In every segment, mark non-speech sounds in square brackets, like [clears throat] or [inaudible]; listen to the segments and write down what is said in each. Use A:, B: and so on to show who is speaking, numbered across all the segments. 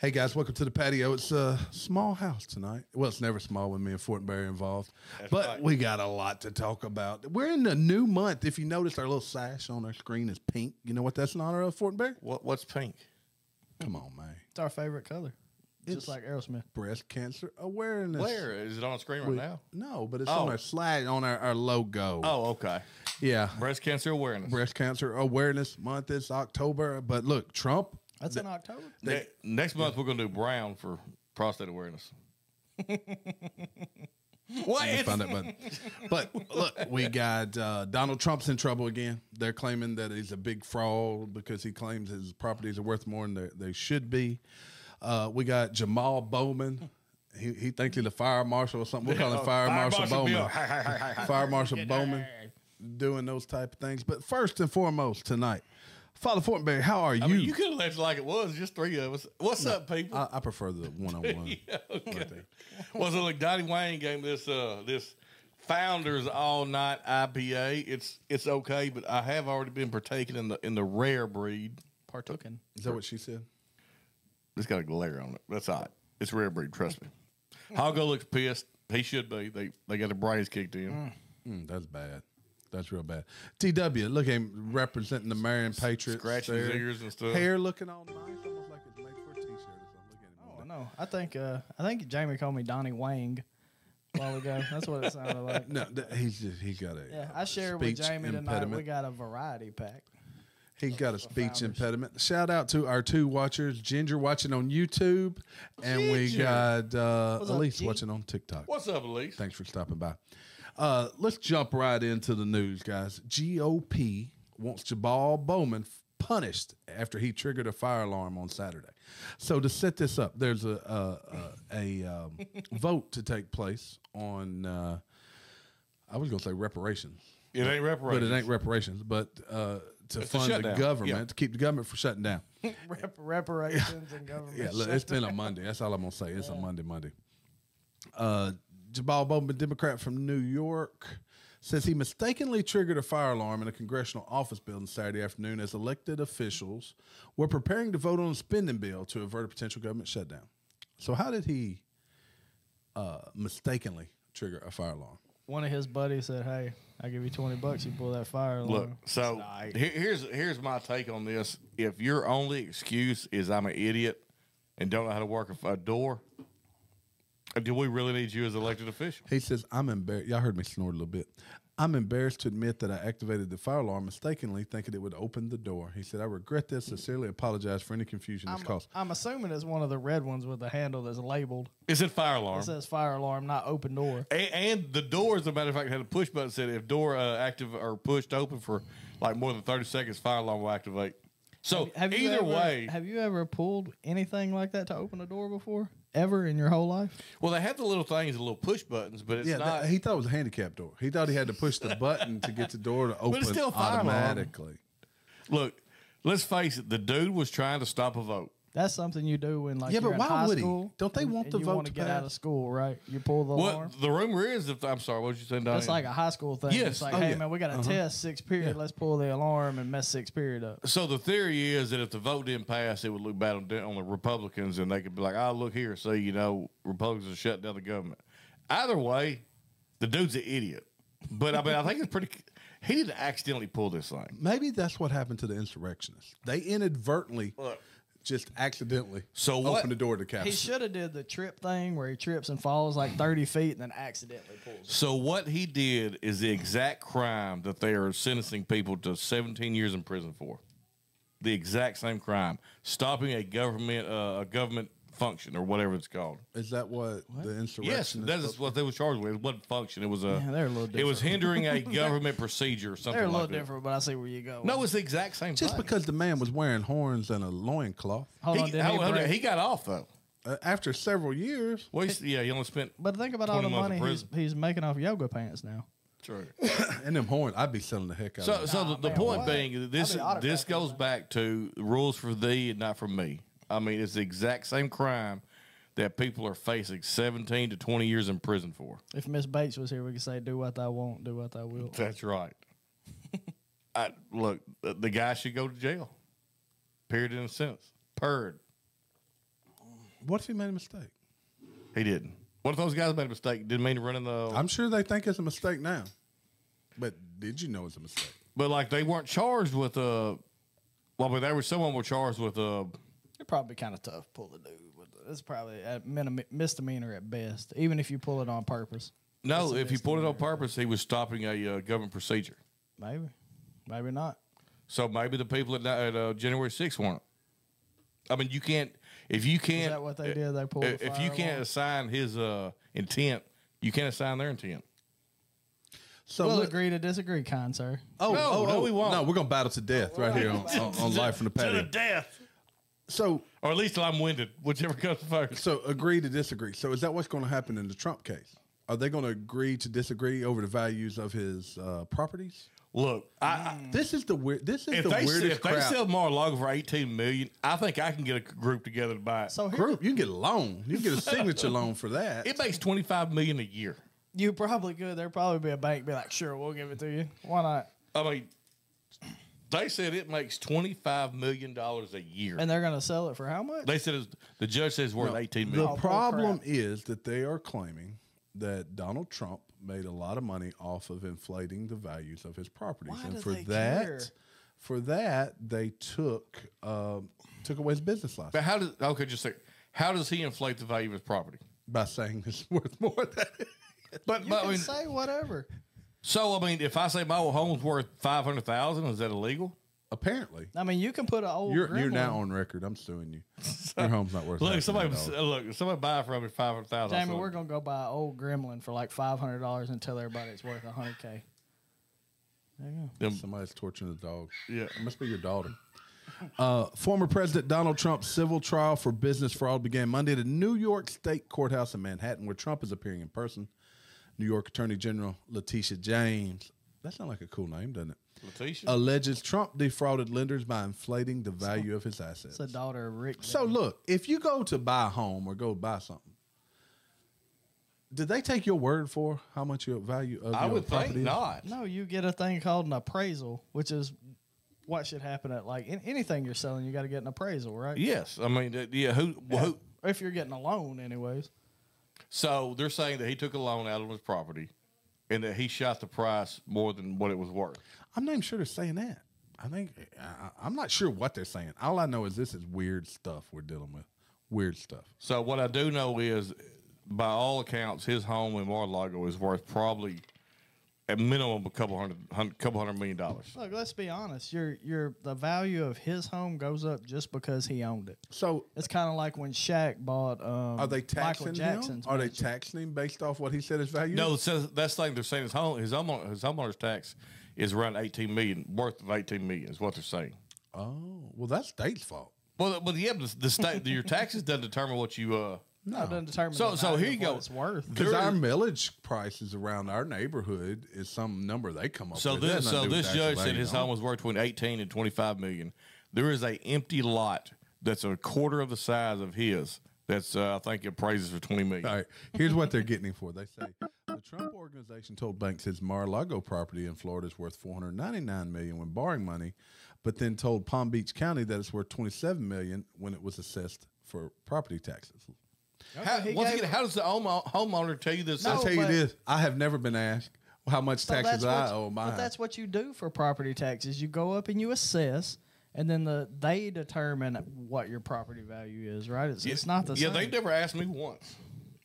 A: Hey guys, welcome to the patio. It's a small house tonight. Well, it's never small with me and Fortenberry involved, but
B: right.
A: we got a lot to talk about. We're in a new month. If you notice, our little sash on our screen is pink. You know what that's in honor of Fortenberry?
B: What what's pink?
A: Come on, man.
C: It's our favorite color.
A: It's-
C: Just like Aerosmith.
A: Breast cancer awareness.
B: Where is it on screen right now?
A: No, but it's
B: Oh.
A: on our slide on our, our logo.
B: Oh, okay.
A: yeah.
B: Breast cancer awareness.
A: Breast Cancer Awareness Month is October. But look, Trump.
C: That's in October.
B: Ne- next month we're gonna do brown for prostate awareness. what?
A: I
B: It's-
A: found that
B: [laughs]
A: button. But look, we got uh, Donald Trump's in trouble again. They're claiming that he's a big fraud because he claims his properties are worth more than they, they should be. Uh, we got Jamal Bowman. He, he thinks he's a fire marshal or something. We're
B: [laughs]
A: calling him Fire, Marshal,
B: Oh, Bill.
A: Bowman.
B: [laughs]
A: Fire Marshal Bowman doing those type of things. But first and foremost tonight, Father Fortenberry, how are you? Uh,
B: I mean, you could have left it like it was, just three of us. What's up, people?
A: I, I prefer the one on
B: [laughs]
A: one.
B: was it like Donnie Wayne gave me this uh this Founders All Night IPA? It's it's okay, but I have already been partaking in the in the rare breed.
C: Partooking.
A: Is that what she said?
B: It's got a glare on it. That's all right. It's rare breed. Trust me. Hoggo looks pissed. He should be. They they got the brains kicked in.
A: Mm, that's bad. That's real bad. TW, look at him representing the Marion Patriots.
B: scratching his ears and stuff.
A: Hair looking all nice, almost like it's made for a t shirt or something. Look at him.
C: Oh no. I think uh I think Jamie called me Donnie Wang a while ago. That's what it
A: [laughs]
C: sounded like.
A: No, th- he's just, he's got a.
C: Yeah,
A: uh,
C: I shared with
A: speech
C: Jamie tonight.
A: impediment.
C: We got a variety pack. [laughs]
A: He's got a speech
C: founders.
A: impediment. Shout out to our two watchers, Ginger watching on YouTube, and we
B: Ginger.
A: got uh,
C: What's up,
A: Elise
C: G?
A: watching on TikTok.
B: What's up, Elise?
A: Thanks for stopping by. Uh, let's jump right into the news, guys. GOP wants Jabal Bowman f- punished after he triggered a fire alarm on Saturday. So to set this up, there's a a, a, a
B: [laughs]
A: um, vote to take place on. Uh, I was going to say reparations,
B: It ain't reparations.
A: but it ain't reparations. But uh, to
B: It's a
A: fund the
B: shutdown.
A: government
B: Yeah.
A: to keep the government from shutting down.
C: Rep- reparations and government.
A: Yeah, look, it's been a Monday. That's all I'm gonna say. It's a Monday, Monday. Uh, Jabal Bowman, Democrat from New York, says he mistakenly triggered a fire alarm in a congressional office building Saturday afternoon as elected officials were preparing to vote on a spending bill to avert a potential government shutdown. So, how did he uh, mistakenly trigger a fire alarm?
C: One of his buddies said, "Hey, I give you twenty bucks. You pull that fire alarm."
B: Look, so
C: Nice.
B: here- here's here's my take on this. If your only excuse is I'm an idiot and don't know how to work a, a door, do we really need you as elected official?
A: He says, I'm embarrassed. Y'all heard me snort a little bit. I'm embarrassed to admit that I activated the fire alarm mistakenly, thinking it would open the door. He said, I regret this. Sincerely apologize for any confusion this
C: I'm,
A: caused.
C: I'm assuming it's one of the red ones with the handle that's labeled.
B: It's a fire alarm.
C: It says fire alarm, not open door.
B: A- and, the door, as a matter of fact, had a push button that said if door uh, active or pushed open for like more than thirty seconds, fire alarm will activate. So
C: Have you
B: either
C: ever-
B: way,
C: have you ever pulled anything like that to open a door before? Ever in your whole life?
B: well, they have the little things, the little push buttons, but it's
A: Yeah,
B: not.
A: that, he thought it was a handicap door. He thought he had to push the button to get the
B: [laughs]
A: door to open
B: it's still a fire alarm.
A: automatically.
B: Look, let's face it. The dude was trying to stop a vote.
C: That's something you do when like
A: Yeah,
C: you're
A: but
C: in
A: why
C: high
A: would he?
C: school.
A: Don't they
C: and-
A: want
C: and
A: the
C: you
A: vote
C: want
A: to
C: to get out
A: pass?
C: of school, right? You pull the
B: Well,
C: alarm.
B: the rumor is, if I'm sorry, what did you say, Donnie?
C: That's like a high school thing.
B: Yes.
C: It's like,
B: Oh,
C: hey
B: yeah.
C: man, we got a test six period. Let's pull the alarm and mess six period up.
B: so the theory is that if the vote didn't pass, it would look bad on, on the Republicans, and they could be like, "Oh, look here, see, you know, Republicans have shut down the government." Either way, the dude's an idiot. But I mean, I think it's pretty. He didn't accidentally pull this thing.
A: Maybe that's what happened to the insurrectionists. They inadvertently,
B: Look.
A: just accidentally,
B: So what-
A: opened the door to the Capitol.
C: He should have did the trip thing where he trips and falls like thirty feet and then accidentally pulls.
B: So what he did is the exact crime that they are sentencing people to 17 years in prison for. The exact same crime, stopping a government uh, a government function or whatever it's called.
A: Is that what, the
B: Yes,
A: insurrectionists?
B: that is what they were charged with. It wasn't function. It was a.
C: Yeah, they're a little
B: It was
C: different.
B: hindering
C: [laughs]
B: a government procedure or something.
C: They're a little
B: like that.
C: different, but I see where you go.
B: No, it's the exact same.
A: Just
B: thing.
A: because the man was wearing horns and a loincloth.
C: hold
B: he,
C: on, did
B: hold
C: he,
B: on,
C: break-
B: he got off though.
A: Uh, after several years,
B: Well, he's, yeah, he only spent.
C: But think about all
B: 20
C: the
B: months
C: money
B: in
C: he's,
B: prison.
C: he's making off yoga pants now.
B: [laughs] True.
A: and them horns, I'd be selling the heck out of
B: So,
A: them.
B: so the,
C: Nah,
B: the
C: man,
B: point
C: what?
B: being, that this
C: I'll be
B: this
C: autocratic,
B: goes
C: man.
B: back to rules for thee and not for me. I mean, it's the exact same crime that people are facing 17 to 20 years in prison for.
C: If Miss Bates was here, we could say, "Do what thou won't, do what thou will."
B: That's right. [laughs] I, look, the, the guy should go to jail. Period in a sentence. Purred.
A: What if he made a mistake?
B: He didn't. What if those guys made a mistake? Didn't mean to run in the.
A: I'm sure they think it's a mistake now. But did you know it's a mistake?
B: but like they weren't charged with uh Well, but there was someone were charged with uh
C: It'd probably be kind of tough to pull the dude. With it. It's probably a minim- misdemeanor at best, even if you pull it on purpose.
B: No,
C: That's a
B: if he pulled it on
C: misdemeanor.
B: purpose, he was stopping a uh, government procedure.
C: Maybe, maybe not.
B: So maybe the people at, at uh, January 6th weren't. I mean, you can't if you can't.
C: that what they did? They pulled the
B: If, if you
C: fire
B: can't
C: alarm?
B: assign his uh, intent, you can't assign their intent.
A: So
C: we'll
A: let-
C: agree to disagree, kind sir.
A: uh, Oh,
B: No,
A: oh,
B: no,
A: oh,
B: we won't.
A: No, we're gonna battle to death right here on, on, on Life from the Patio.
B: death,
A: So,
B: or at least till I'm winded, whichever comes first.
A: so agree to disagree. So, is that what's going to happen in the Trump case? Are they going to agree to disagree over the values of his uh, properties?
B: Look, I, I,
A: This is the weird. This is
B: Mm. if
A: the
B: they
A: weirdest
B: if they
A: crowd.
B: sell Mar-a-Lago for 18 million, I think I can get a group together to buy it.
C: So here,
A: group. You can get a loan. You can get a signature loan for that.
B: it makes 25 million a year.
C: you probably could. There'd probably be a bank be like, "Sure, we'll give it to you. Why not?"
B: I mean, they said it makes 25 million dollars a year.
C: And they're gonna sell it for how much?
B: They said it's, the judge says it's worth eighteen
A: The
B: million.
C: bull
A: problem
C: crap.
A: is that they are claiming that Donald Trump made a lot of money off of inflating the values of his properties,
C: Why
A: and
C: do
A: for
C: they
A: that,
C: care?
A: for that they took um, took away his business license
B: But how does okay? Just say how does he inflate the value of his property?
A: by saying [laughs] it's worth more than.
B: But,
C: you
B: but I
C: can
B: mean,
C: say whatever.
B: so I mean, if I say my old home's worth five hundred thousand, is that illegal?
A: Apparently,
C: I mean, you can put an old.
A: you're you're
C: gremlin-
A: now on record. I'm suing you. Your home's not worth.
B: Look,
A: half a
B: somebody
A: million dollars.
B: look, if somebody buy from me five hundred thousand.
C: Jamie, we're gonna go buy an old Gremlin for like five hundred dollars and tell everybody it's worth hundred k. There you go.
A: Somebody's torturing the dog.
B: Yeah.
A: It must be your daughter. Uh, former President Donald Trump's civil trial for business fraud began Monday at a New York State courthouse in Manhattan, where Trump is appearing in person. New York Attorney General Letitia James. That sounds like a cool name, doesn't it?
B: Letitia.
A: Alleges Trump defrauded lenders by inflating the value of his assets.
C: It's the daughter of Rick.
A: So look, if you go to buy a home or go buy something, did they take your word for how much your value of
B: I
A: your
B: would
A: property?
B: think
A: is?
B: not.
C: No, you get a thing called an appraisal, which is what should happen at like in, anything you're selling. You got to get an appraisal, right?
B: Yes, I mean, uh, yeah. Who, well, who?
C: If you're getting a loan, anyways.
B: So they're saying that he took a loan out of his property, and that he shot the price more than what it was worth.
A: I'm not even sure they're saying that. I think I, I- I'm not sure what they're saying. All I know is this is weird stuff we're dealing with. Weird stuff.
B: So what I do know is, by all accounts, his home in Mar-a-Lago is worth probably at minimum a couple hundred, hun- couple hundred million dollars.
C: Look, let's be honest. Your your the value of his home goes up just because he owned it.
A: So
C: It's kind of like when Shaq bought. Um,
A: are they taxing
C: Michael
A: him?
C: Jackson's
A: Are they
C: mansion.
A: taxing him based off what he said his value? is?
B: No, it says that's the thing they're saying his home, his homeowner, his homeowner's tax is around eighteen million, worth of eighteen million is what they're saying.
A: Oh, well, that's state's fault.
B: Well, but yeah, the, the state, your taxes doesn't determine what you. uh
C: No, it doesn't determine.
B: So-
C: the
B: so
C: value
B: here
C: of
B: you
C: what
B: go.
C: It's worth.
A: Because
B: There-
A: our millage prices around our neighborhood is some number they come up
B: So
A: with. It has
B: this,
A: nothing
B: so
A: to do with
B: this
A: actual
B: judge said
A: value,
B: his
A: no.
B: home was worth between eighteen and twenty-five million. There is a empty lot that's a quarter of the size of his. That's uh, I think it praises for twenty million.
A: All right. Here's what they're getting him for. They say the Trump organization told banks his Mar-a-Lago property in Florida is worth 499 million when borrowing money, but then told Palm Beach County that it's worth 27 million when it was assessed for property taxes.
B: How,
C: he
B: once
C: gave-
B: again, how does the home, homeowner tell you this?
C: No.
A: I tell you
C: Oh, but-
A: this, I have never been asked how much
C: So
A: taxes I
C: that's what-
A: owe my
C: But that's what you do for property taxes. You go up and you assess, and then the they determine what your property value is. Right? It's, it's not the
B: yeah,
C: same.
B: they never asked me once.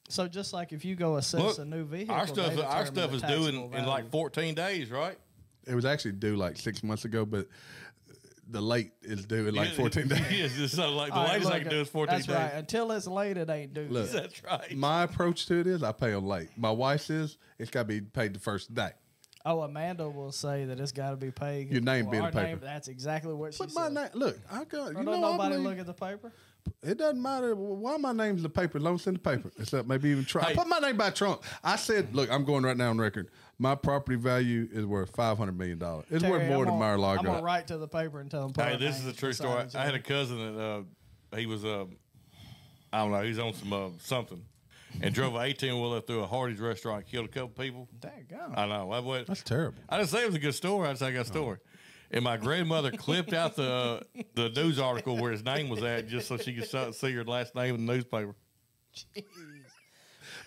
C: so just like if you go assess
B: Look,
C: a new vehicle,
B: Our
C: they
B: stuff, our
C: determine
B: stuff
C: the
B: is due in,
C: taxable
B: in like
C: value.
B: fourteen days, right?
A: it was actually due like six months ago, but the late is due in like
B: [laughs]
A: 14 days.
C: [laughs]
B: Yes, it's so like the
C: All right,
B: latest I
C: look,
B: can do is fourteen
C: That's
B: days.
C: right. Until it's late, it ain't due.
A: Look.
B: [laughs]
C: yet.
B: That's right.
A: My approach to it is I pay on late. My wife says it's got to be paid the first day.
C: Oh, Amanda will say that it's got to be paid.
A: Your name
C: Well,
A: be in
C: our
A: the paper.
C: name- that's exactly what she
A: Put my
C: said.
A: name. Look, I go. You
C: Don't
A: know, I
C: nobody
A: believe,
C: look at the paper.
A: It doesn't matter why my name's in the paper. Don't send the paper. Except maybe even Trump. I
B: Hey.
A: put my name by Trump. I said, look, I'm going right now on record. My property value is worth five hundred million dollars. It's worth
C: Terry,
A: more
C: I'm
A: than
C: gonna- I'm gonna
A: Mar-a-Lago.
C: write to the paper and tell them.
B: Hey, this is a true story. I had a cousin that uh, he was, uh, I don't know, he's on some uh, something, and drove an eighteen wheeler through a Hardee's restaurant, killed a couple people.
C: Dang, God.
B: [laughs] I know. I went.
A: That's terrible.
B: I didn't say it was a good story. I just say I got a story. And my grandmother clipped out the uh, the news article where his name was at just so she could so- see your last name in the newspaper.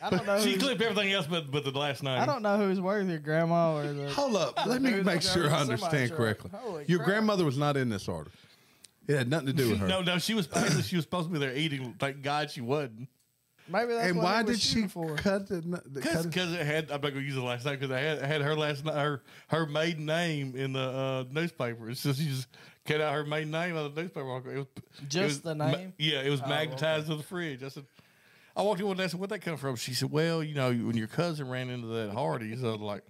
C: I don't know.
A: Oh.
B: She
C: who's-
B: clipped everything else but, but the last name.
C: I don't know who's worthy, grandma or the.
A: Hold up. Let me
C: Dude,
A: make
C: that
A: sure I
C: was somebody's
A: understand
C: right.
A: correctly.
C: Holy
A: Your
C: crap.
A: grandmother was not in this order. It had nothing to do with her.
B: No, no, she was basically she was supposed to be there eating. Thank God she wasn't.
C: Maybe that's
A: and
C: what
A: why
C: they were
A: did she
C: shooting for?
A: cut the, the
B: Because
A: cut it-
B: it had, I'm not gonna use the last name because I had, had her last na- her her maiden name in the uh, newspaper. So she just cut out her maiden name out of the newspaper. article. It was it
C: Just
B: was
C: the
B: ma-
C: name?
B: yeah, it was
C: Oh,
B: magnetized to the fridge. I said, I walked in one day. I said, "Where'd that come from?" She said, "Well, you know, when your cousin ran into that Hardee's, I was
C: [laughs]
B: like,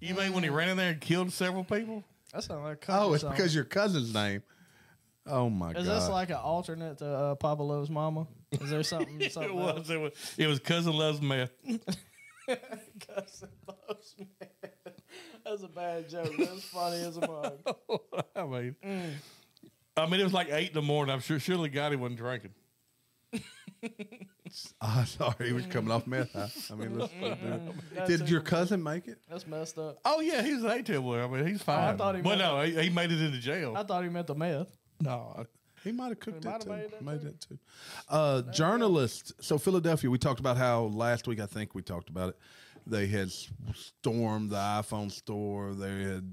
B: you mean when he ran in there and killed several people?"
C: That sounds like a
A: Oh,
C: country
A: it's
C: song.
A: because your cousin's name. Oh my
C: Is
A: god.
C: this like an alternate to uh, Papa Loves Mama? Is there [laughs] something? [laughs] something
B: It was, it was it was cousin loves meth. [laughs]
C: Cousin Loves Man. That's a bad joke. [laughs] That's funny as a mug.
B: I mean,
C: Mm.
B: I mean, it was like eight in the morning. I'm sure surely God he wasn't drinking.
A: [laughs] Ah, sorry, he was coming off meth. huh? I mean,
C: [laughs]
A: let's did your cousin make it?
C: That's messed up.
B: Oh yeah, he's an ATIM lawyer. I mean, he's fine.
C: Oh, I thought he
B: well,
C: meant-
B: no, he, he made it into jail.
C: I thought he meant the meth.
B: no, I-
A: He might have cooked
C: He
A: it
C: might
A: too.
C: have made that
A: Made it too. Uh, journalists. So Philadelphia, we talked about how last week. I think we talked about it. They had s- stormed the iPhone store. They had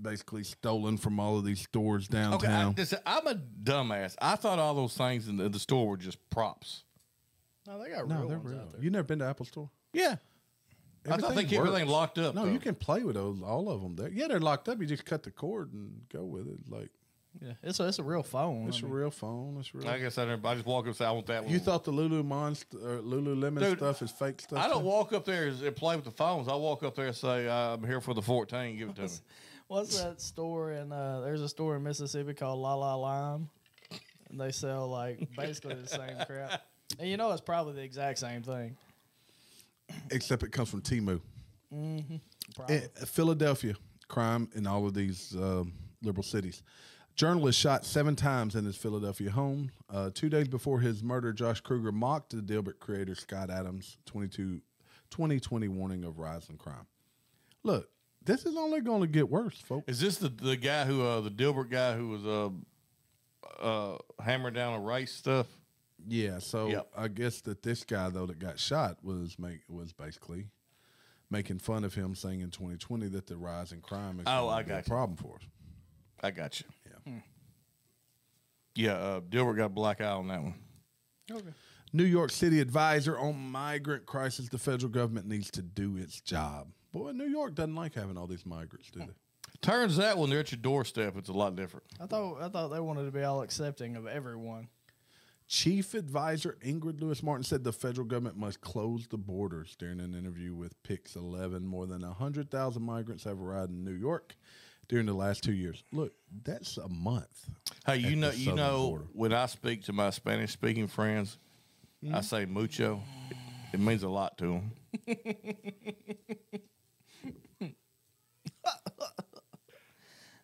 A: basically stolen from all of these stores
B: okay. I,
A: downtown.
B: listen, I'm a dumbass. I thought all those things in the, the store were just props.
C: No, they got
A: no,
C: real
A: they're
C: ones
A: real.
C: out there.
A: You never been to Apple Store?
B: Yeah, I thought they kept
A: works.
B: everything locked up.
A: No,
B: though.
A: you can play with those, all of them. There. Yeah, they're locked up. You just cut the cord and go with it. Like
C: Yeah, it's a, it's a real phone.
A: it's
C: I
A: a
C: mean.
A: real phone. It's real.
B: I guess I never. I just walk up and say I want that one.
A: You thought the Lulu Monster, Lululemon
B: Dude,
A: stuff is fake stuff?
B: I don't
A: too?
B: walk up there and play with the phones. I walk up there and say uh, I'm here for the 14. Give it
C: [laughs]
B: to me.
C: What's that store in? Uh, there's a store in Mississippi called La La Lime, and they sell like basically the same [laughs] crap. And you know it's probably the exact same thing.
A: Except it comes from Timu.
C: Probably.
A: Eh, Philadelphia, crime in all of these um, liberal cities. Journalist shot seven times in his Philadelphia home. Uh, two days before his murder, Josh Kruger mocked the Dilbert creator Scott Adams' 22, 2020 warning of rising crime. Look, this is only going to get worse, folks.
B: Is this the the guy who uh, the Dilbert guy who was uh, uh, hammering down a race stuff?
A: Yeah, so
B: Yep.
A: I guess that this guy though that got shot was make was basically making fun of him, saying in 2020 that the rise in crime is
B: Oh,
A: gonna
B: I
A: be a
B: got you.
A: problem for us.
B: I got you.
C: Hmm.
A: Yeah.
B: Yeah, uh, Dilbert got a black eye on that one.
C: okay.
A: New York City advisor on migrant crisis. The federal government needs to do its job. Boy, New York doesn't like having all these migrants, do they?
B: Turns out when they're at your doorstep, it's a lot different.
C: I thought I thought they wanted to be all accepting of everyone.
A: Chief advisor Ingrid Lewis Martin said the federal government must close the borders during an interview with Pix 11. More than 100,000 migrants have arrived in New York during the last two years. Look, that's a month.
B: Hey, you
A: At
B: know,
A: the
B: you
A: southern
B: know,
A: border.
B: when I speak to my Spanish-speaking friends, I say mucho. It means a lot to them.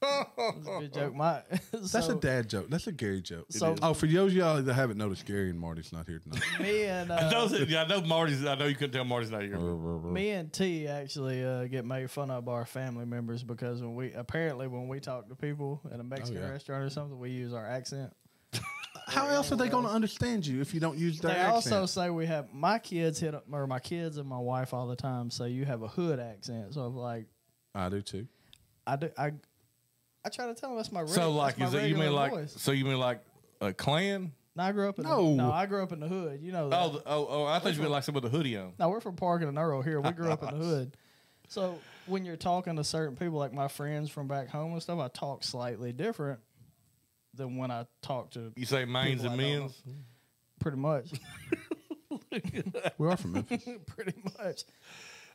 C: That's a good joke. My [laughs]
A: That's
C: so
A: a dad joke. That's a Gary joke.
C: So-
A: oh, for those of y'all that haven't noticed, Gary and Marty's not here tonight.
C: me and uh,
B: [laughs] Those, yeah, I know Marty's. I know you couldn't tell Marty's not here.
C: [laughs] Me and T actually uh, get made fun of by our family members because when we apparently when we talk to people
B: Oh,
C: at a Mexican
A: yeah.
C: restaurant or something, we use our accent.
A: How else are they going to understand you if you don't use
C: They
A: their accent?
C: also say we have my kids hit or my kids and my wife all the time say you have a hood accent. So I'm like,
A: I do too.
C: I do I. I try to tell them that's my reg-
B: So, like,
C: that's
B: is
C: my
B: it, you mean
C: regular
B: like?
C: voice.
B: So you mean like a clan?
C: No, I grew up in
A: No.
C: the, no I grew up in the hood. You know that.
B: Oh, the, oh, oh! I thought you meant like someone with a hoodie on.
C: No, we're from Park and Earl here. We grew
B: [laughs]
C: up in the hood. So when you're talking to certain people, like my friends from back home and stuff, I talk slightly different than when I talk to
B: You say mains
C: People
B: and
C: I don't
B: men's.
C: [laughs]
B: [laughs]
C: pretty much. [laughs]
A: We are from Memphis.
C: pretty much.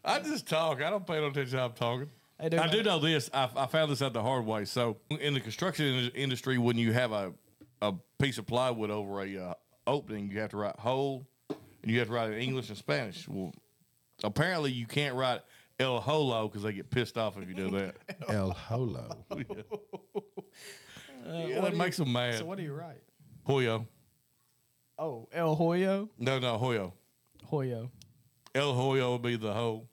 B: I just talk. I don't pay no attention. to how I'm talking.
C: I do
B: I do
C: like-
B: know this. I, I found this out the hard way. So in the construction in- industry, when you have a a piece of plywood over a uh, opening, you have to write hole, and you have to write it in English and Spanish. Well, apparently you can't write el holo because they get pissed off if you do
C: [laughs]
B: that.
A: El
B: [laughs]
A: Holo.
B: Oh,
C: Uh,
B: Yeah,
C: what
B: that
C: do
B: makes
C: you,
B: them mad.
C: So what do you write?
B: Hoyo.
C: Oh, El Hoyo,
B: No, no, Hoyo.
C: Hoyo.
B: El Hoyo would be the hoe.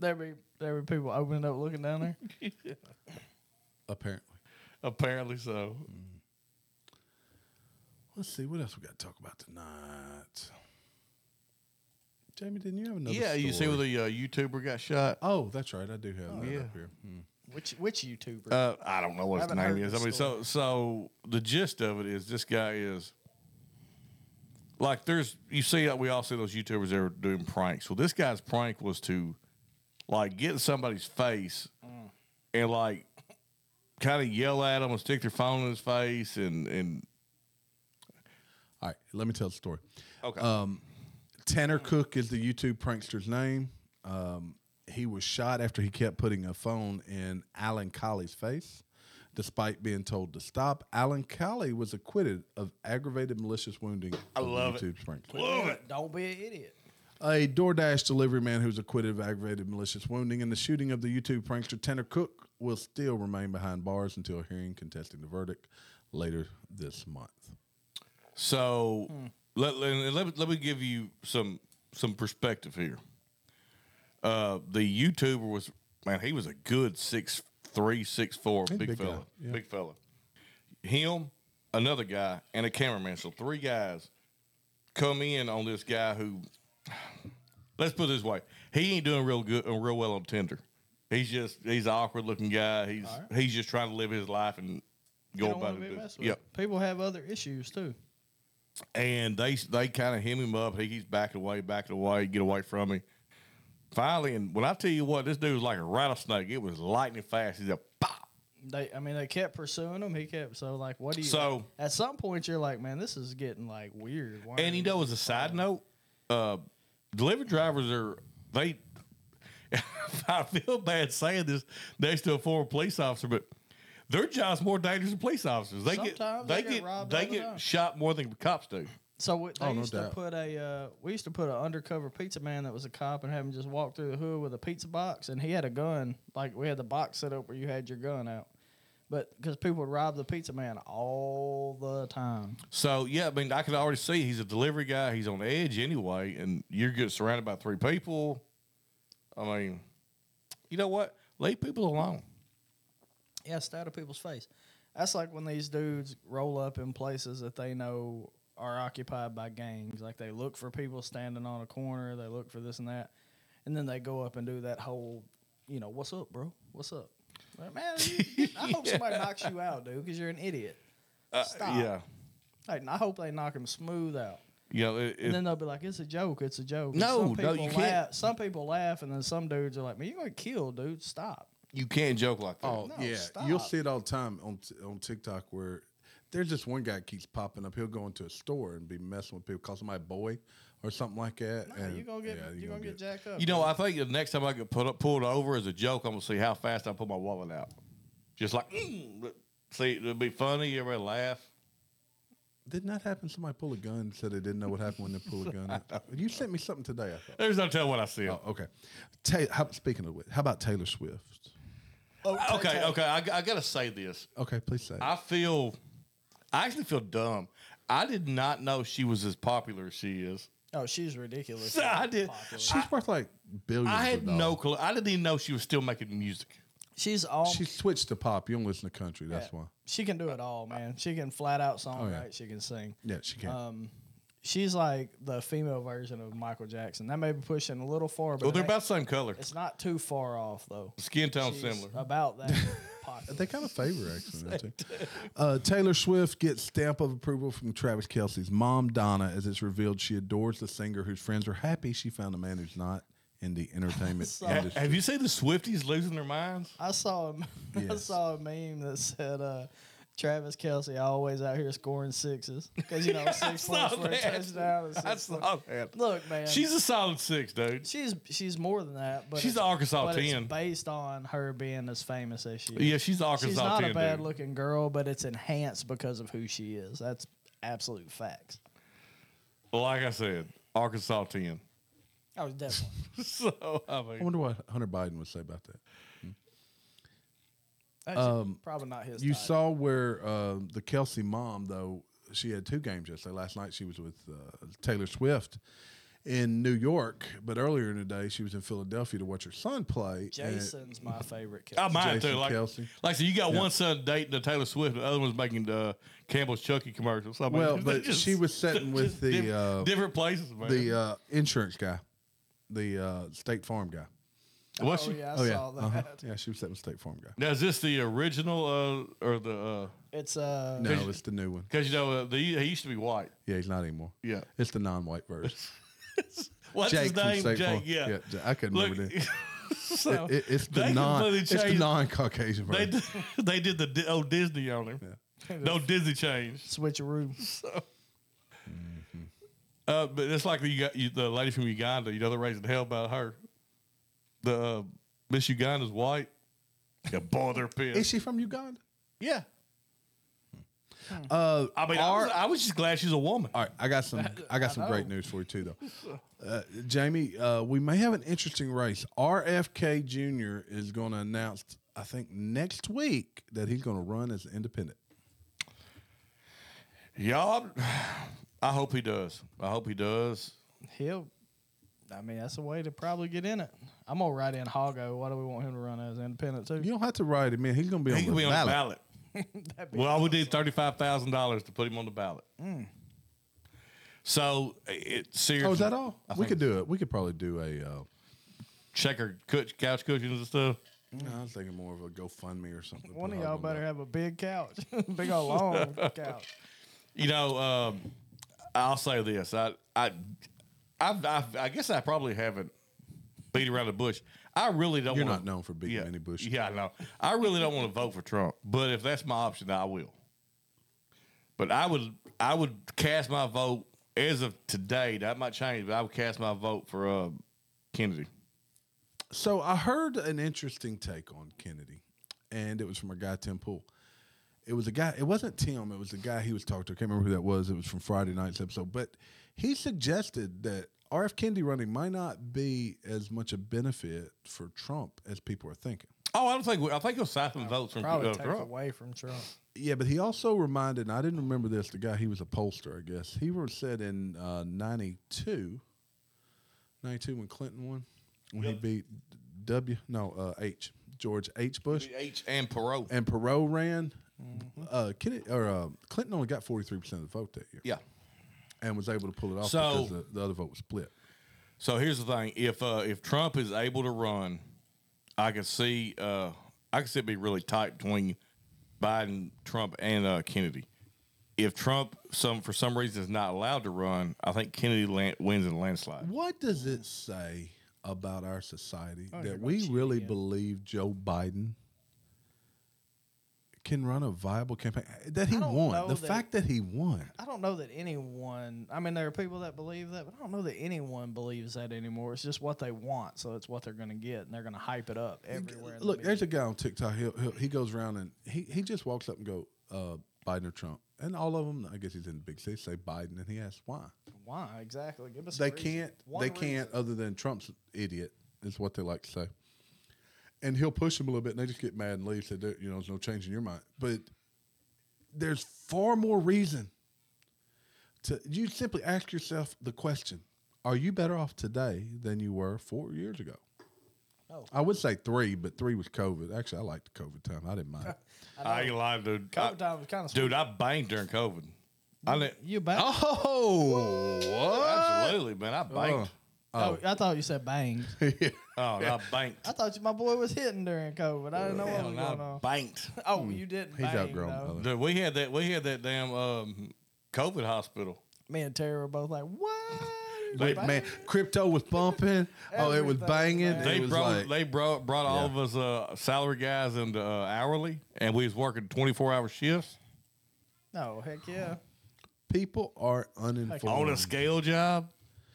C: There be there be people opening up, looking down
B: [laughs]
C: there.
A: apparently.
B: Apparently so.
A: Let's see what else we got to talk about tonight. Jamie, didn't you have another?
B: yeah, you see
A: story?
B: where the uh, YouTuber got shot?
A: Oh, that's right. I do have that
B: yeah.
A: up here. Hmm.
C: Which which YouTuber?
B: Uh, I don't know what his
C: Haven't heard
B: name is. I
C: this
B: mean,
C: story.
B: so so the gist of it is this guy is like there's you see that we all see those YouTubers that are doing pranks. Well, this guy's prank was to like get in somebody's face
C: Mm.
B: and like kind of yell at him and stick their phone in his face and and
A: All right, let me tell the story.
B: okay Hmm.
A: Tanner Cook is the YouTube prankster's name. Um, he was shot after he kept putting a phone in Alan Colley's face. Despite being told to stop, Alan Colley was acquitted of aggravated malicious wounding. I
B: love it.
A: YouTube's prankster.
B: love it.
C: Don't be an idiot.
A: A DoorDash delivery man who's acquitted of aggravated malicious wounding in the shooting of the YouTube prankster Tanner Cook will still remain behind bars until a hearing contesting the verdict later this month.
B: So
A: Hmm.
B: let, let, let, me- let me give you some some perspective here. Uh, the YouTuber was man, he was a good six three, six four,
A: He's a
B: big,
A: big guy,
B: fella,
A: yeah.
B: big fella. Him, another guy, and a cameraman. So three guys come in on this guy who, [sighs] let's put it this way, he ain't doing real good, uh, real well on Tinder. He's just he's an awkward looking guy. He's
C: Alright.
B: he's just trying to live his life and
C: You
B: go
C: don't
B: about
C: wanna
B: it.
C: be
B: doing-
C: messed with.
B: Yep
C: People have other issues too.
B: and they they kind of hem him up. He keeps backing away, backing away, get away from me. Finally, and when I tell you what, this dude was like a rattlesnake. It was lightning fast. He's a pop.
C: They, I mean, they kept pursuing him. He kept so like, what do you?
B: So-
C: at some point, you're like, man, this is getting like weird. Why
B: And
C: are
B: you know, as a side note, uh, delivery drivers are they. [laughs] I feel bad saying this next to a former police officer, but their job's more dangerous than police officers. They
C: Sometimes
B: get they,
C: they get
B: get,
C: robbed
B: they
C: all the
B: get
C: time.
B: shot more than cops do.
C: So we, they
A: Oh, no
C: used to
A: doubt.
C: put a uh, we used to put an undercover pizza man that was a cop and have him just walk through the hood with a pizza box and he had a gun like we had the box set up where you had your gun out, but because people would rob the pizza man all the time.
B: So yeah, I mean, I could already see he's a delivery guy. He's on edge anyway, and you're getting surrounded by three people. I mean, you know what? Leave people alone.
C: Yeah, stay out of people's face. That's like when these dudes roll up in places that they know are occupied by gangs. Like they look for people standing on a corner, they look for this and that, and then they go up and do that whole, you know, what's up, bro? What's up? Like, man, you- I
B: [laughs]
C: hope somebody knocks you out, dude, because you're an idiot.
B: Uh,
C: Stop.
B: Yeah,
C: Like, and I hope they knock him smooth out.
B: you know, it,
C: And
B: it-
C: then they'll be like, "It's a joke. It's a joke." And
B: No,
C: some
B: no,
C: people
B: you
C: laugh,
B: can't.
C: Some people laugh, and then some dudes are like, "Man, you're gonna kill, dude. Stop."
B: you can't joke like that.
A: Oh
C: No,
A: yeah,
C: stop.
A: you'll see it all the time on t- on TikTok where there's this one guy that keeps popping up. He'll go into a store and be messing with people, call somebody boy or something like that.
C: No,
A: and,
C: you gonna get
A: yeah,
C: you gonna, get, jacked up.
B: you know, I think the next time I get put up, pulled over as a joke, I'm gonna see how fast I pull my wallet out. Just like, mm, see, it'll be funny. Everybody laugh.
A: Didn't that happen? Somebody pull a gun and said they didn't know what happened when they pulled a
C: [laughs]
A: gun. out. you sent me something today. I thought.
B: There's no telling what I see.
A: Oh, okay. Ta- how, speaking of which, how about Taylor Swift?
C: Oh,
B: okay, okay. I, I gotta say this.
A: Okay, please say. it.
B: I feel, I actually feel dumb. I did not know she was as popular as she is.
C: Oh, she's ridiculous.
B: So [laughs] I did.
A: She's worth like billions.
B: I
A: of
B: had
A: dollars.
B: no clue. I didn't even know she was still making music.
C: She's all
A: She switched to pop. You don't listen to country. That's why.
C: she can do it all, man. She can flat out song,
A: Oh, yeah.
C: right? She can sing.
A: Yeah, she can.
B: Uh,
C: Um, she's like the female version of Michael Jackson. That may be pushing a little far, but
B: Well, they're
C: it ain't-
B: about the same color.
C: it's not too far off though.
B: Skin tone
C: She's
B: similar.
C: About that.
A: [laughs] They kind of favor actually. don't
B: [laughs]
A: they? Uh, Taylor Swift gets stamp of approval from Travis Kelsey's mom, Donna, as it's revealed she adores the singer whose friends are happy she found a man who's not in the
B: [laughs]
A: entertainment
C: So-
B: Ha-
A: industry.
B: have you seen the Swifties losing their
C: [laughs]
B: minds?
C: I saw him. I
A: Yes.
C: saw a meme that said. uh Travis Kelsey always out here scoring sixes
B: [laughs]
C: because you know six
B: saw
C: points for a
B: that.
C: touchdown. and
B: I
C: six points-
B: saw that.
C: Look, man,
B: She's a solid six, dude.
C: she's she's more than that. But
B: She's
C: it's-
B: the Arkansas
C: but it's
B: 10.
C: based on her being as famous as she is.
B: Yeah, she's the Arkansas
C: She's not
B: ten,
C: a bad
B: dude.
C: looking girl, but it's enhanced because of who she is. That's absolute facts.
B: Like I said, Arkansas ten. [laughs]
C: I was Oh, [laughs] definitely.
B: So I
A: I
B: mean,
A: wonder what Hunter Biden would say about that.
C: um, probably not his.
A: You
C: type.
A: saw where uh, the Kelsey mom, though, she had two games yesterday. Last night she was with uh, Taylor Swift. in New York, but earlier in the day she was in Philadelphia to watch her son play. and-
C: Jason's my favorite kid.
B: I might
A: Jason
B: too. Like,
A: Kelce.
B: like so you got one son dating a Taylor Swift, and the other one's making uh, Campbell's Chucky commercials. I mean,
A: Well,
B: [laughs] they're
A: but she was sitting with
B: just
A: the,
B: diff-
A: uh,
B: different places, man.
A: the uh, insurance guy, the uh, State Farm guy.
B: was
C: oh
B: she?
C: yeah, I
A: oh yeah,
C: saw that.
A: Uh-huh. yeah, she was sitting with State Farm guy.
B: Now is this the original uh, or the?
C: It's uh,
A: No, it's the new one.
B: Because you know uh, the, he used to be white.
A: Yeah, he's not anymore.
B: Yeah.
A: it's the non-white
B: [laughs]
A: version.
B: What's his
A: from
B: name?
A: State
B: Jake.
A: Farm.
B: Yeah.
A: J- I couldn't
B: Look, [laughs]
A: remember that.
B: so
A: It- it's the
B: they
A: non,
B: completely
A: it's the
B: changed-
A: non-Caucasian
B: They
A: version.
B: did, [laughs] they did the Di- old Disney on him. No Disney change.
C: switcheroo.
B: Uh, but it's like the, Uga- you, the lady from Uganda. You know they're raising hell about her. The uh, Miss Uganda's white. Yeah, boy, they're
A: Is
B: pissed.
A: she from Uganda?
B: yeah,
A: Uh,
B: I mean, I, was, I was just glad she's a woman.
A: all right, I got
B: [laughs]
A: some. I got some great news for you too, though. Uh, Jamie, uh, we may have an interesting race. RFK Jr. is going to announce, I think, next week that he's going to run as an independent.
B: Y'all, I hope he does. I hope he does.
C: He'll. I mean, that's a way to probably get in it. I'm gonna write in Hoggo. Why do we want him to run as independent too?
A: You don't have to write him in. He's going to be on
B: He
A: the
B: can be on
A: ballot.
B: the ballot. [laughs]
C: That'd be-
B: Well, all we need thirty five thousand dollars to put him on the ballot. So it seriously.
A: Oh, is that all?
B: I
A: we
B: think
A: could do it. We could probably do a. Uh,
B: checker couch, couch cushions and stuff.
A: no,
B: Mm.
A: I was thinking more of a GoFundMe or something.
C: One of
A: Put
C: y'all
A: Hog on
C: better
A: that.
C: have a big couch, [laughs] big
B: [laughs]
C: old long couch.
B: You know, um, I'll say this. I, I, I've, I've, I guess I probably haven't beat around the bush. I really don't.
A: You're
B: wanna-
A: not known for beating
B: yeah,
A: any bush.
B: Yeah, I know. I really don't want to vote for Trump, but if that's my option, I will. But I would, I would cast my vote as of today. That might change, but I would cast my vote for uh, Kennedy.
A: So I heard an interesting take on Kennedy, and it was from a guy Tim Pool. It was a guy. It wasn't Tim. It was the guy he was talking to. I can't remember who that was. It was from Friday night's episode. But he suggested that RF Kennedy running might not be as much a benefit for Trump as people are thinking.
B: Oh, I don't think. I think he'll siphon votes from
C: Probably
B: uh,
C: take
B: Trump.
C: away from Trump.
A: Yeah, but he also reminded. And I didn't remember this. The guy he was a pollster, I guess. He was said in uh, 92, 92 when Clinton won, when he beat W. No, uh, H. George H. Bush.
B: H and Perot.
A: and Perot ran,
C: Mm-hmm.
A: uh, Kennedy, or uh, Clinton only got forty three percent of the vote that year,
B: Yeah.
A: and was able to pull it off
B: So-
A: because the, the other vote was split.
B: So here's the thing: if uh, if Trump is able to run, I could see uh, I could see it be really tight between Biden, Trump, and uh, Kennedy. If Trump some for some reason is not allowed to run, I think Kennedy lan- wins in a landslide.
A: What does it say about our society
C: Oh, you're
A: that
C: gonna
A: we
C: cheat
A: really
C: again.
A: believe Joe Biden can run a viable campaign? uh, That he
C: I don't
A: won.
C: know
A: The
C: that-
A: fact that he won.
C: I don't know that anyone. I mean, there are people that believe that, but I don't know that anyone believes that anymore. It's just what they want, so it's what they're going to get, and they're going to hype it up everywhere. in the
A: Look, there's a
C: media.
A: guy on TikTok. He'll, he'll, he goes around and he, he just walks up and go, uh, Biden or Trump. And all of them, I guess he's in the big city, say Biden. And he asks why.
C: why exactly. Give us. a
A: they
C: reason.
A: can't
C: One
A: they
C: reason.
A: can't other than trump's idiot is what they like to say and he'll push them a little bit and they just get mad and leave said there- you know there's no change in your mind but there's far more reason to you simply ask yourself the question are you better off today than you were four years ago
C: No.
A: I would say three, but three was COVID. Actually, I liked the COVID time. I didn't mind.
B: I ain't lying, dude. I-
A: uh,
C: COVID time was kind of
B: dude, I banged during COVID. I didn't,
C: You banged? Oh,
A: oh,
B: absolutely, man. I banked.
C: I thought you said
A: [laughs]
C: banged.
A: yeah.
B: Oh, I banked.
C: I thought you, my boy was hitting during COVID. I didn't know what was
B: Hell,
C: going
B: I
C: on.
B: banked.
C: Oh, you didn't.
A: Mm. He's
C: bang,
A: outgrown.
C: though.
A: brother.
B: Dude, we had that. We had that damn um, COVID hospital.
C: Me and Terry were both like, "What?"
A: Wait,
C: [laughs] Bang.
A: man, crypto was bumping. oh, it was
C: Everything was
A: banging.
C: banging.
A: It
B: They
A: was
B: brought
A: like-
B: they brought brought all
A: Yeah.
B: of us uh, salary guys into uh, hourly, and we was working twenty four hour shifts
C: No, heck yeah.
A: people are
B: on
A: uninformed.
B: a scale job.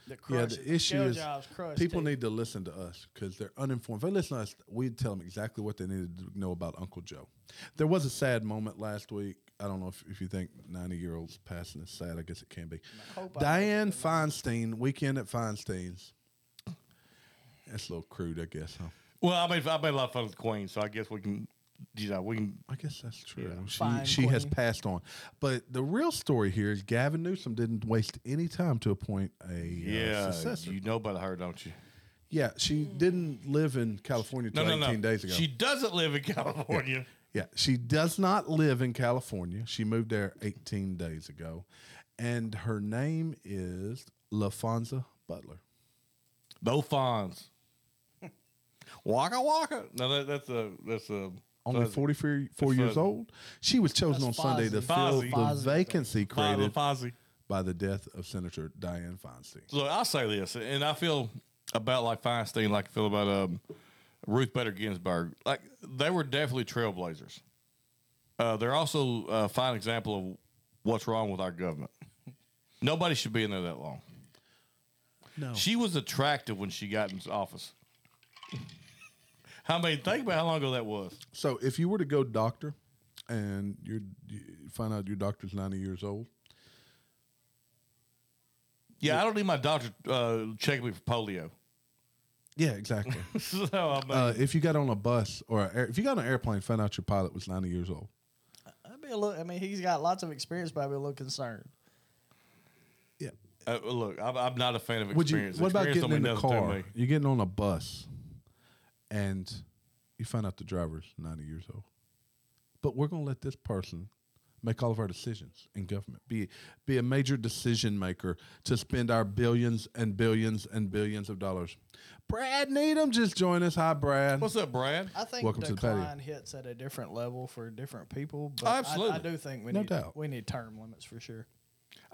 C: The
A: yeah,
C: crush.
A: the issue
C: Scale
A: is
C: jobs crushed
A: people
C: it.
A: need to listen to us because they're uninformed. If they listen to us, we tell them exactly what they needed to know about Uncle Joe. There was a sad moment last week. I don't know if, if you think 90 year olds passing is sad. I guess it can be.
C: hope I
A: Diane Feinstein, weekend at Feinstein's. That's a little crude, I guess, huh?
B: Well, I mean, I made a lot of fun with the Queen, so I guess we can you know, we can
A: I guess that's true.
B: Yeah.
C: Fine,
A: she she has
C: queen.
A: passed on. But the real story here is Gavin Newsom didn't waste any time to appoint a
B: yeah,
A: uh, successor.
B: you know about her, don't you?
A: yeah, she didn't live in California
B: No,
A: till
B: no,
A: 18
B: no.
A: days ago.
B: She doesn't live in California.
A: yeah, she does not live in California. She moved there 18 days ago. And her name is LaFonza Butler.
B: No fawns. Waka waka. No, that, that's a that's a
A: Only
B: that's a-
A: 44 four years
B: Fonzie.
A: old. She was chosen
C: That's
A: on Sunday to
C: Fonzie.
A: fill
B: Fonzie.
A: the
C: Fonzie.
A: vacancy
B: Father
A: created
B: Fozzie.
A: by the death of Senator Dianne Feinstein.
B: Look, I'll say this, and I feel about like Feinstein, like I feel about um, Ruth Bader Ginsburg. Like they were definitely trailblazers. Uh, they're also a fine example of what's wrong with our government. Nobody should be in there that long.
A: No.
B: She was attractive when she got in office. [laughs] I mean, think about how long ago that was.
A: So if you were to go doctor, and you're, you find out your doctor's ninety years old,
B: Yeah, I don't need my doctor uh, checking me for polio. [laughs]
A: yeah, exactly.
B: so I mean,
A: uh, if you got on a bus or a air, if you got on an airplane, found out your pilot was ninety years old,
C: I'd be a little, I mean, he's got lots of experience, but I'd be a little concerned.
A: yeah.
B: uh, look, I'm, I'm not a fan of
A: Would you?
B: experience.
A: What about
B: Experience
A: getting
B: don't
A: in
B: mean
A: the
B: nothing to
A: car?
B: me.
A: You're getting on a bus, and you find out the driver's ninety years old. But we're gonna let this person make all of our decisions in government. Be be a major decision maker to spend our billions and billions and billions of dollars. Brad Needham just joined us. Hi, Brad.
B: What's up, Brad?
C: I think
A: Welcome to the patio.
C: decline hits at a different level for different people, but
B: Oh,
C: I- I,
B: absolutely.
C: do think we
A: No
C: need
A: doubt.
C: we need term limits for sure.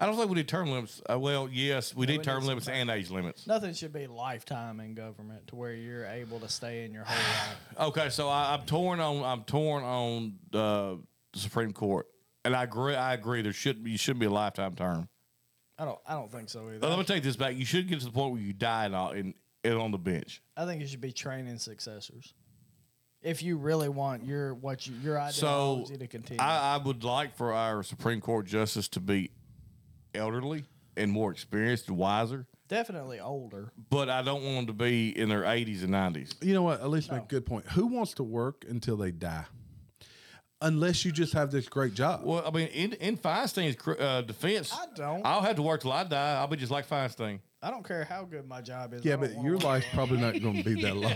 B: I don't think we need term limits. Uh, well, yes, we
C: No,
B: need
C: it
B: term
C: is
B: limits
C: sometimes.
B: and age limits.
C: Nothing should be lifetime in government to where you're able to stay in your whole life.
B: Okay, so I, I'm torn on. I'm torn on uh, the Supreme Court, and I agree. I agree. There should be, you shouldn't be a lifetime term.
C: I don't I don't think so either.
B: Now, let me take this back. You should get to the point where you die and all, and, and on the bench.
C: I think it should be training successors. If you really want your what you, your
B: So
C: ideology to continue,
B: I, I would like for our Supreme Court justice to be elderly and more experienced and wiser,
C: definitely older.
B: but I don't want them to be in their 80s and 90s.
A: You know what? At least make a good point. Who wants to work until they die? Unless you just have this great job.
B: Well, I mean, in, in Feinstein's cr- uh, defense,
C: I don't.
B: I'll have to work till I die. I'll be just like Feinstein.
C: I don't care how good my job is. I
A: yeah,
C: don't
A: but
C: wanna
A: your
C: work
A: life's probably not going to be that long.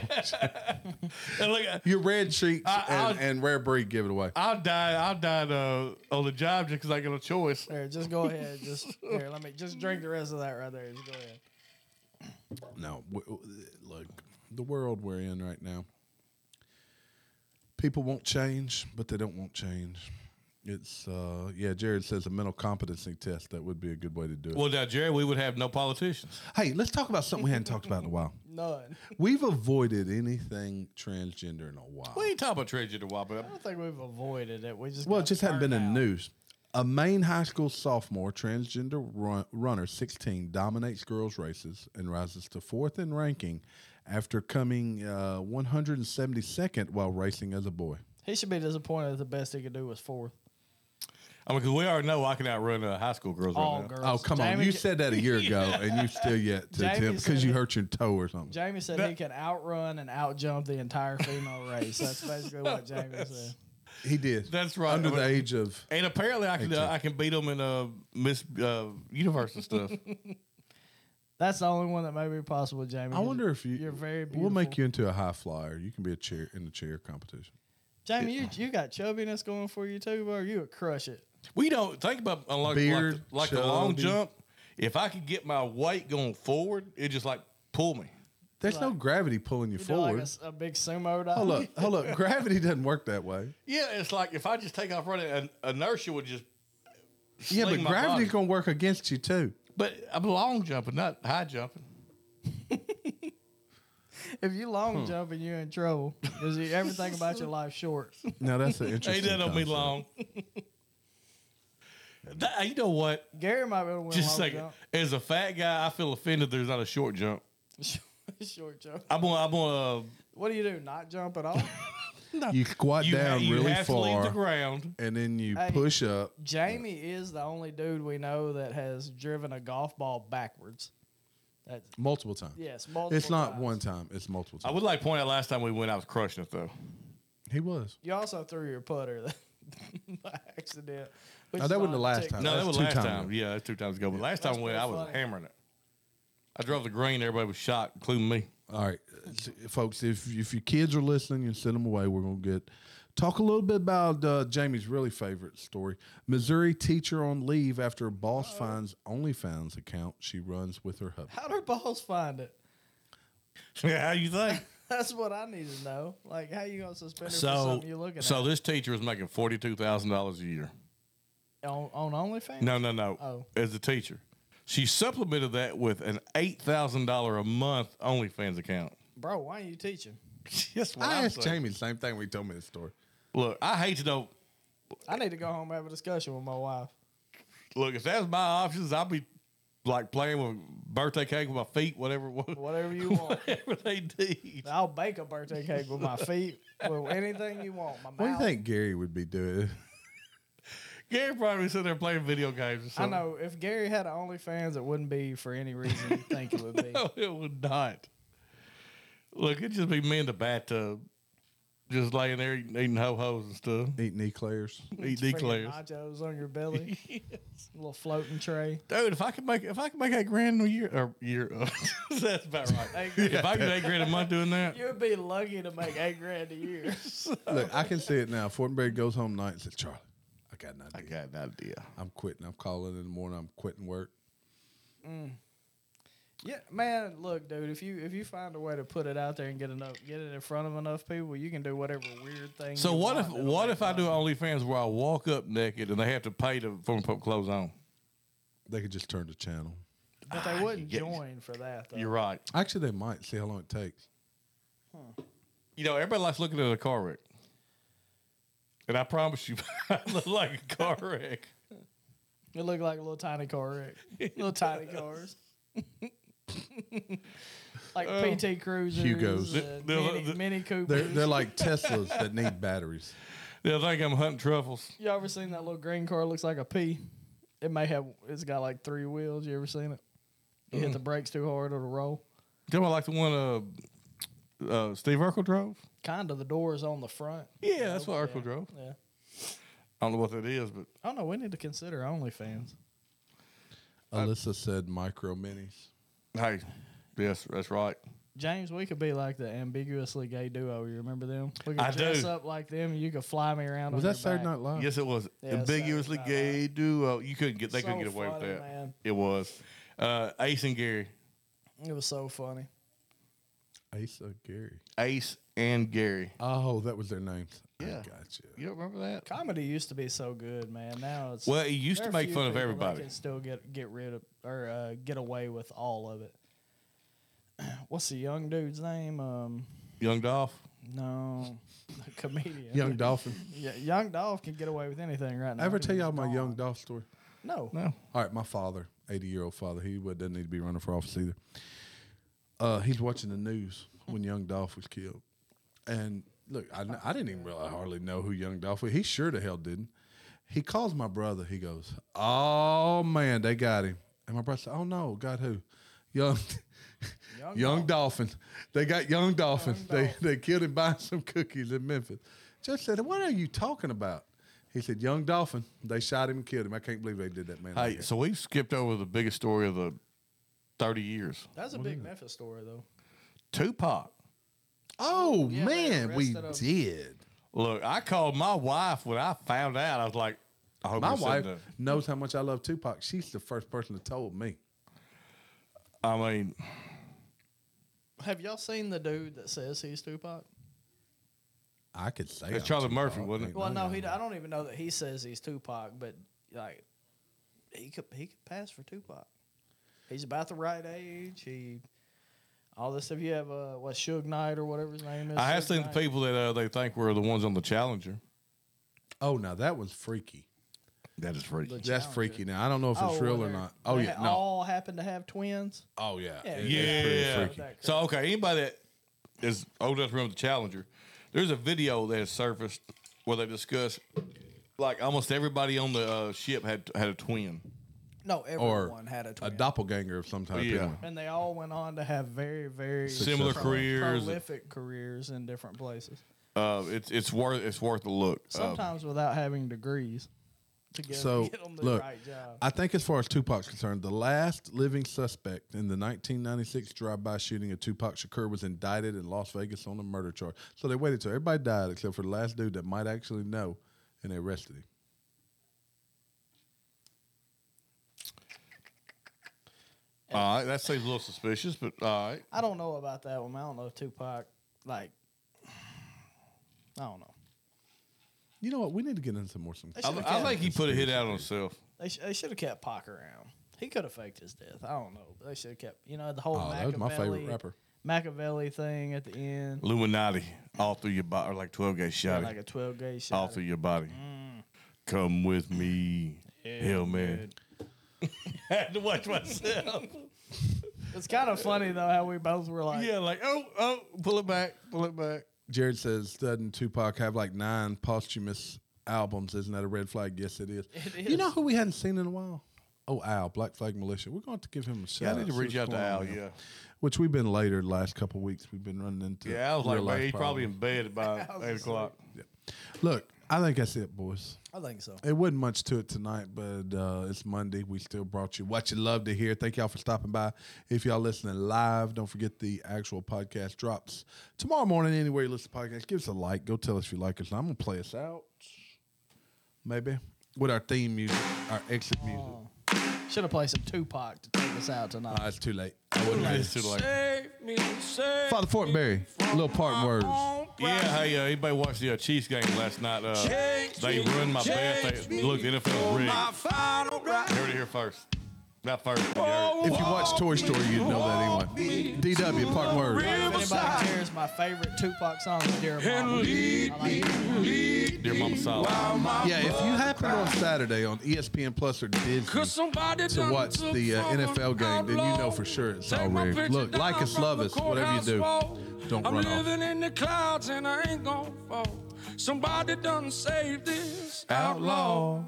B: And look, I-
A: Your red sheets
B: I-
A: and,
B: I'll-
A: and rare breed give it away.
B: I'll die. I'll die uh, on the job just because I got a choice.
C: There, just go ahead. Just here, let me just drink the rest of that right there. Just go ahead.
A: No, w- w- look, the world we're in right now. People won't change, but they don't want change. It's uh, yeah. Jared says a mental competency test. That would be a good way to do it.
B: Well, now Jerry, we would have no politicians.
A: hey, let's talk about something we hadn't talked about in a while.
C: None.
A: We've avoided anything transgender in a while.
B: We ain't talking about tragedy in a while, but
C: [laughs] I don't think we've avoided it. We just
A: Well, it
C: got
A: just hadn't been in
C: burned
A: the
C: out.
A: news. A Maine high school sophomore transgender run, runner, 16, dominates girls' races and rises to fourth in ranking after coming uh, 172nd while racing as a boy.
C: He should be disappointed that the best he could do was fourth.
B: I mean, 'cause we already know I can outrun uh, high school girls
C: All
B: right now.
C: girls.
A: Oh, come on.
C: Jamie
A: You
C: j-
A: said that a year
C: [laughs]
A: ago, and you still yet to
C: Jamie
A: attempt
C: said
A: because you
C: it.
A: hurt your toe or something.
C: Jamie said he can outrun and outjump the entire female race. That's
A: [laughs]
C: basically what Jamie said.
A: He did.
B: That's right.
A: Under the
B: But-
A: age of.
B: And apparently, I can uh, I can beat them in uh, Miss uh, Universe and [laughs] stuff.
C: That's the only one that may be possible, Jamie.
A: I wonder if you.
C: Mm-hmm. You're very beautiful.
A: We'll make you into a high flyer. You can be a chair in the chair competition.
C: Jamie, you, you got chubbiness going for you too, bro. You would crush it.
B: we don't think about uh, like,
A: Beard,
B: like, the, like the long
A: chubby.
B: jump. If I could get my weight going forward, it just like pull me.
A: There's no gravity pulling you
C: You do like a
A: forward.
C: s- a, big sumo dive.
A: Hold up. Hold up. Gravity doesn't work that way.
B: Yeah, it's like if I just take off running, an inertia would just.
A: Yeah,
B: sling
A: but
B: my
A: gravity's
B: body.
A: gonna work against you too.
B: But I'm long jumping, not high jumping.
C: [laughs] If you long jumping, you're in trouble because everything about your
A: [laughs]
C: life short.
A: Now that's an interesting.
B: [laughs] Ain't that on me
A: concept.
B: long? [laughs] That- you know what?
C: Gary might be able to win
B: Just a
C: long
B: second. As a fat guy, I feel offended. There's not a short jump.
C: jump. [laughs] short jump.
B: I'm gonna, I'm gonna. Uh,
C: What do you do? Not
A: [laughs]
C: jump at all?
A: You squat
B: you ha-
A: down
B: you
A: really
B: have to leave the
A: far,
B: ground.
A: and then you
C: Hey.
A: push up.
C: Jamie is the only dude we know that has driven a golf ball backwards. That's
A: Multiple times.
C: yes, multiple
A: It's not
C: times.
A: one time. It's multiple
B: I
A: times.
B: would like to point out last time we went, I was crushing it though.
A: He was.
C: You also threw your putter [laughs] by accident. which
A: No,
C: is
A: that wasn't the
C: on
A: last
C: TikTok.
A: time.
B: No,
A: That's
B: that was
A: two
B: last
A: times
B: time.
A: ago.
B: Yeah, that's two times ago. But last
C: That's
B: time when
C: pretty
B: I was
C: funny.
B: hammering it, I drove the green. Everybody was shocked, including me. [laughs]
A: All right, uh, s- folks. If if your kids are listening, you send them away. We're gonna get talk a little bit about uh, Jamie's really favorite story. Missouri teacher on leave after boss finds OnlyFans account she runs with her hubby.
C: Oh. How do balls find it? [laughs]
B: How you think?
C: That's what I need to know. Like, how you gonna suspend her for
B: so,
C: something you're looking
B: so this teacher was making forty two thousand dollars a year.
C: at on, on OnlyFans?
B: No, no, no.
C: Oh.
B: As a teacher, she supplemented that with an eight thousand dollar a month OnlyFans
C: [laughs]
B: account.
C: bro, why are you teaching?
B: That's what
A: I
B: I'm
A: asked
B: saying.
A: Jamie the same thing when he told me this story.
B: Look, I hate to know.
C: I need to go home and have a discussion with my wife.
B: Look, if that's my options, I'll be like playing with birthday cake with my feet, whatever it was. [laughs]
C: Whatever
A: [laughs]
C: you want.
B: Whatever they did.
C: I'll bake a birthday cake with my feet, with anything you want. My mouth.
A: What do you think Gary would be doing?
B: Gary probably sitting there playing video games or
C: I
B: something.
C: know if Gary had OnlyFans, it wouldn't be for any reason you think it would
B: [laughs] [laughs]
C: be.
B: No, it would not. Look, it'd just be me in the bathtub, just laying there eating, eating ho hos and stuff,
A: Eating eclairs.
B: eating
C: Freaking
B: declares.
C: Nachos on your
B: [laughs]
C: belly. A little floating tray.
B: Dude, if I could make if I could make eight grand a year or year, uh, [laughs] that's about right.
C: Eight grand.
B: if I could eight grand a month doing that,
C: You would be lucky to make eight grand a year.
A: Look, I can see it now. Fortenberry goes home tonight and says, Charlie, I got an
B: I
A: idea.
B: got an idea.
A: I'm quitting. I'm calling in the morning. I'm quitting work.
C: [laughs] Yeah, man. Look, dude. If you if you find a way to put it out there and get enough, get it in front of enough people, you can do whatever weird thing.
B: So
C: you
B: what
C: want
B: if
C: that'll
B: what
C: make
B: if I do
C: money.
B: OnlyFans where I walk up naked and they have to pay to for me to put clothes on?
A: They could just turn the channel.
C: But they
B: Ah,
C: wouldn't
B: yeah.
C: join for that. Though.
B: You're right.
A: Actually, they might see how long it takes.
B: You know, everybody likes looking at a car wreck, and I promise you, [laughs] I look like a car wreck.
C: It looked like a little tiny car wreck.
B: [laughs]
C: little tiny cars. [laughs] like
B: Oh.
C: PT Cruisers,
A: Hugos.
C: uh,
B: The- the-
C: Mini,
B: the-
C: Mini Coopers.
A: They're, they're
B: [laughs]
A: like Teslas that need batteries.
B: They'll think I'm hunting truffles.
C: you ever seen that little green car? Looks like a P. It may have. It's got like three wheels. You ever seen it? You hit the
B: Mm-hmm.
C: brakes too hard, it'll roll.
B: Tell me, like the one uh, uh, Steve Urkel drove.
C: Kind of the doors on the front.
B: Yeah, that's what
C: Yeah.
B: Urkel drove.
C: Yeah.
B: I don't know what that is, but
C: I don't know. We need to consider OnlyFans.
A: Alyssa said micro minis.
B: hey, yes, that's right.
C: James, we could be like the ambiguously gay duo. You remember them? We could
B: I
C: dress
B: do.
C: up like them. and You could fly me around.
A: Was
C: on
A: that
C: your
A: Saturday
C: back.
A: Night Live?
B: Yes, it was
C: Yeah, that's
B: ambiguously
C: right.
B: gay duo. You couldn't get they couldn't
C: So
B: get away
C: funny,
B: with that.
C: man.
B: It was uh, Ace and Gary,
C: It was so funny.
A: Ace of Gary.
B: Ace and Gary.
A: Oh, that was their names.
B: Yeah.
A: I gotcha.
B: You don't remember that?
C: Comedy used to be so good, man. Now it's
B: Well, it used
C: there
B: to
C: are
B: make
C: few
B: fun of
C: people that
B: everybody.
C: Can still get get rid of or uh, get away with all of it. [clears throat] What's the young dude's name? Um,
B: Young Dolph.
C: no, [laughs] the comedian.
A: Young Dolphin.
C: yeah, young Dolph can get away with anything right now.
A: Ever
C: because
A: tell
C: he's
A: y'all my
C: gone.
A: Young Dolph story?
C: No.
B: No.
A: All right, my father, 80 year old father, he would- doesn't need to be running for office either. Uh, he's watching the news when Young Dolph was killed. And look, I, kn- I didn't even really hardly know who Young Dolph was. He sure the hell didn't. He calls my brother. He goes, Oh, man, they got him. And my brother said, Oh, no, got who? Young. [laughs]
C: Young
A: Young, Dolphin. They got Young Dolphin.
C: Young
A: they,
C: Dolphin.
A: they killed him buying some cookies in Memphis. Judge said, What are you talking about? He said, Young Dolphin. They shot him and killed him. I can't believe they did that, man.
B: Hey,
A: Like
B: so we've skipped over the biggest story of the thirty years.
C: That's a big Memphis story, though.
B: Tupac.
A: Oh
C: Yeah, they
A: man, we
C: arrested 'em.
A: did.
B: Look, I called my wife when I found out. I was like, I hope
A: My
B: this isn't
A: wife
B: a-
A: knows how much I love Tupac. She's the first person that told me.
B: I mean,
C: Have y'all seen the dude that says he's Tupac?
A: I could say
B: That's
A: I'm
B: Charlie
A: Tupac,
B: Murphy, wasn't it?
A: ain't
C: Well, no,
A: guy.
C: he. I don't even know that he says he's Tupac, but like, he could he could pass for Tupac. He's about the right age. He, all this. If you have uh, what Suge Knight or whatever his name is,
B: I have
C: Suge
B: seen the
C: Knight.
B: people that uh, they think were the ones on the Challenger.
A: Oh, now that was freaky.
B: That is freaky.
C: The
A: That's
C: Challenger.
A: freaky. Now I don't know if it's
C: well,
A: real or
C: they're-
A: not. Oh
C: they
A: yeah,
C: ha-
A: no.
C: All happen to have twins.
A: oh yeah,
C: Yeah,
A: It-
B: Yeah.
A: it's pretty
C: yeah.
A: freaky.
C: That
B: So okay, anybody that is old enough to remember the Challenger, there's a video that has surfaced where they discuss like almost everybody on the uh, ship had had a twin.
C: No,
A: Or
C: everyone had a
A: a
C: twin.
A: doppelganger of some type.
B: Yeah.
A: anyway.
C: and they all went on to have very, very
B: Similar
A: Successful.
B: careers.
A: Oh.
C: prolific careers in different places.
B: Uh, it's it's worth it's worth a look. Uh,
C: Sometimes without having degrees to get,
A: So,
C: get 'em the
A: look,
C: right job.
A: I think, as far as Tupac's concerned, the last living suspect in the 1996 drive-by shooting of Tupac Shakur was indicted in Las Vegas on a murder charge. So they waited till everybody died except for the last dude that might actually know, and they arrested him.
B: all right, that seems a little suspicious, but all right.
C: I don't know about that one. I don't know if Tupac like. I don't know.
A: You know what? We need to get into some more some.
C: They
B: I,
C: should've
B: I
C: kept-
B: think he put a hit out on himself.
C: They, sh- they should have kept Pac around. He could have faked his death. I don't know. They should have kept. You know the whole
A: Oh, that was
C: Machiavelli,
A: my favorite rapper.
C: Machiavelli thing at the end,
B: Illuminati, all through your body, or like twelve gauge shot,
C: like a twelve gauge shot.
B: all through your body. Come with me, hell man. Had to watch myself.
C: It's kind of funny though how we both were like,
B: yeah, like oh oh, pull it back, pull it back.
A: Jared says, doesn't Tupac have like nine posthumous albums? Isn't that a red flag? Yes, it is.
C: It
A: You know
C: is.
A: who we hadn't seen in a while? Oh, Al, Black Flag Militia. We're going to have to give him a shout.
B: Yeah, I need
A: out,
B: to
A: see
B: reach
A: what's
B: out to
A: going
B: Al.
A: on with him.
B: Yeah,
A: Which we've been later the last couple of weeks. We've been running into.
B: yeah. Al's like,
A: real
B: man,
A: life
B: he's probably in
A: problems.
B: [laughs] bed by eight o'clock.
A: Look, I think that's it, boys.
C: I think so.
A: It wasn't much to it tonight, but uh, it's Monday. We still brought you what you love to hear. Thank y'all for stopping by. If y'all listening live, don't forget the actual podcast drops tomorrow morning. Anywhere you listen to podcasts, give us a like. Go tell us if you like us. I'm gonna play us out, maybe with our theme music, our exit music.
B: Oh.
C: Should have played some Tupac to take us out tonight.
A: Uh, it's too late. I wouldn't have-
B: It's too late.
A: Father Fortenberry, Little Park Words.
B: Yeah, hey, uh, anybody watched the uh, Chiefs game last night? Uh, they ruined my bet. They, look, the NFL is rigged. You heard it here first. Not first. but you heard it.
A: If you watch Toy Story, you'd know that anyway. DW, Park Words.
C: if anybody cares, my favorite Tupac song is Dear Mama. I like it.
B: Dear Mama Solid.
A: Yeah, if you happen on Saturday on E ESPN Plus or Disney to watch the uh, NFL game, then you know for sure it's all rigged. Look, like us, love us, whatever you do, don't
D: I'm
A: run off.
D: living in the clouds and I ain't gonna fall. Somebody done saved this outlaw.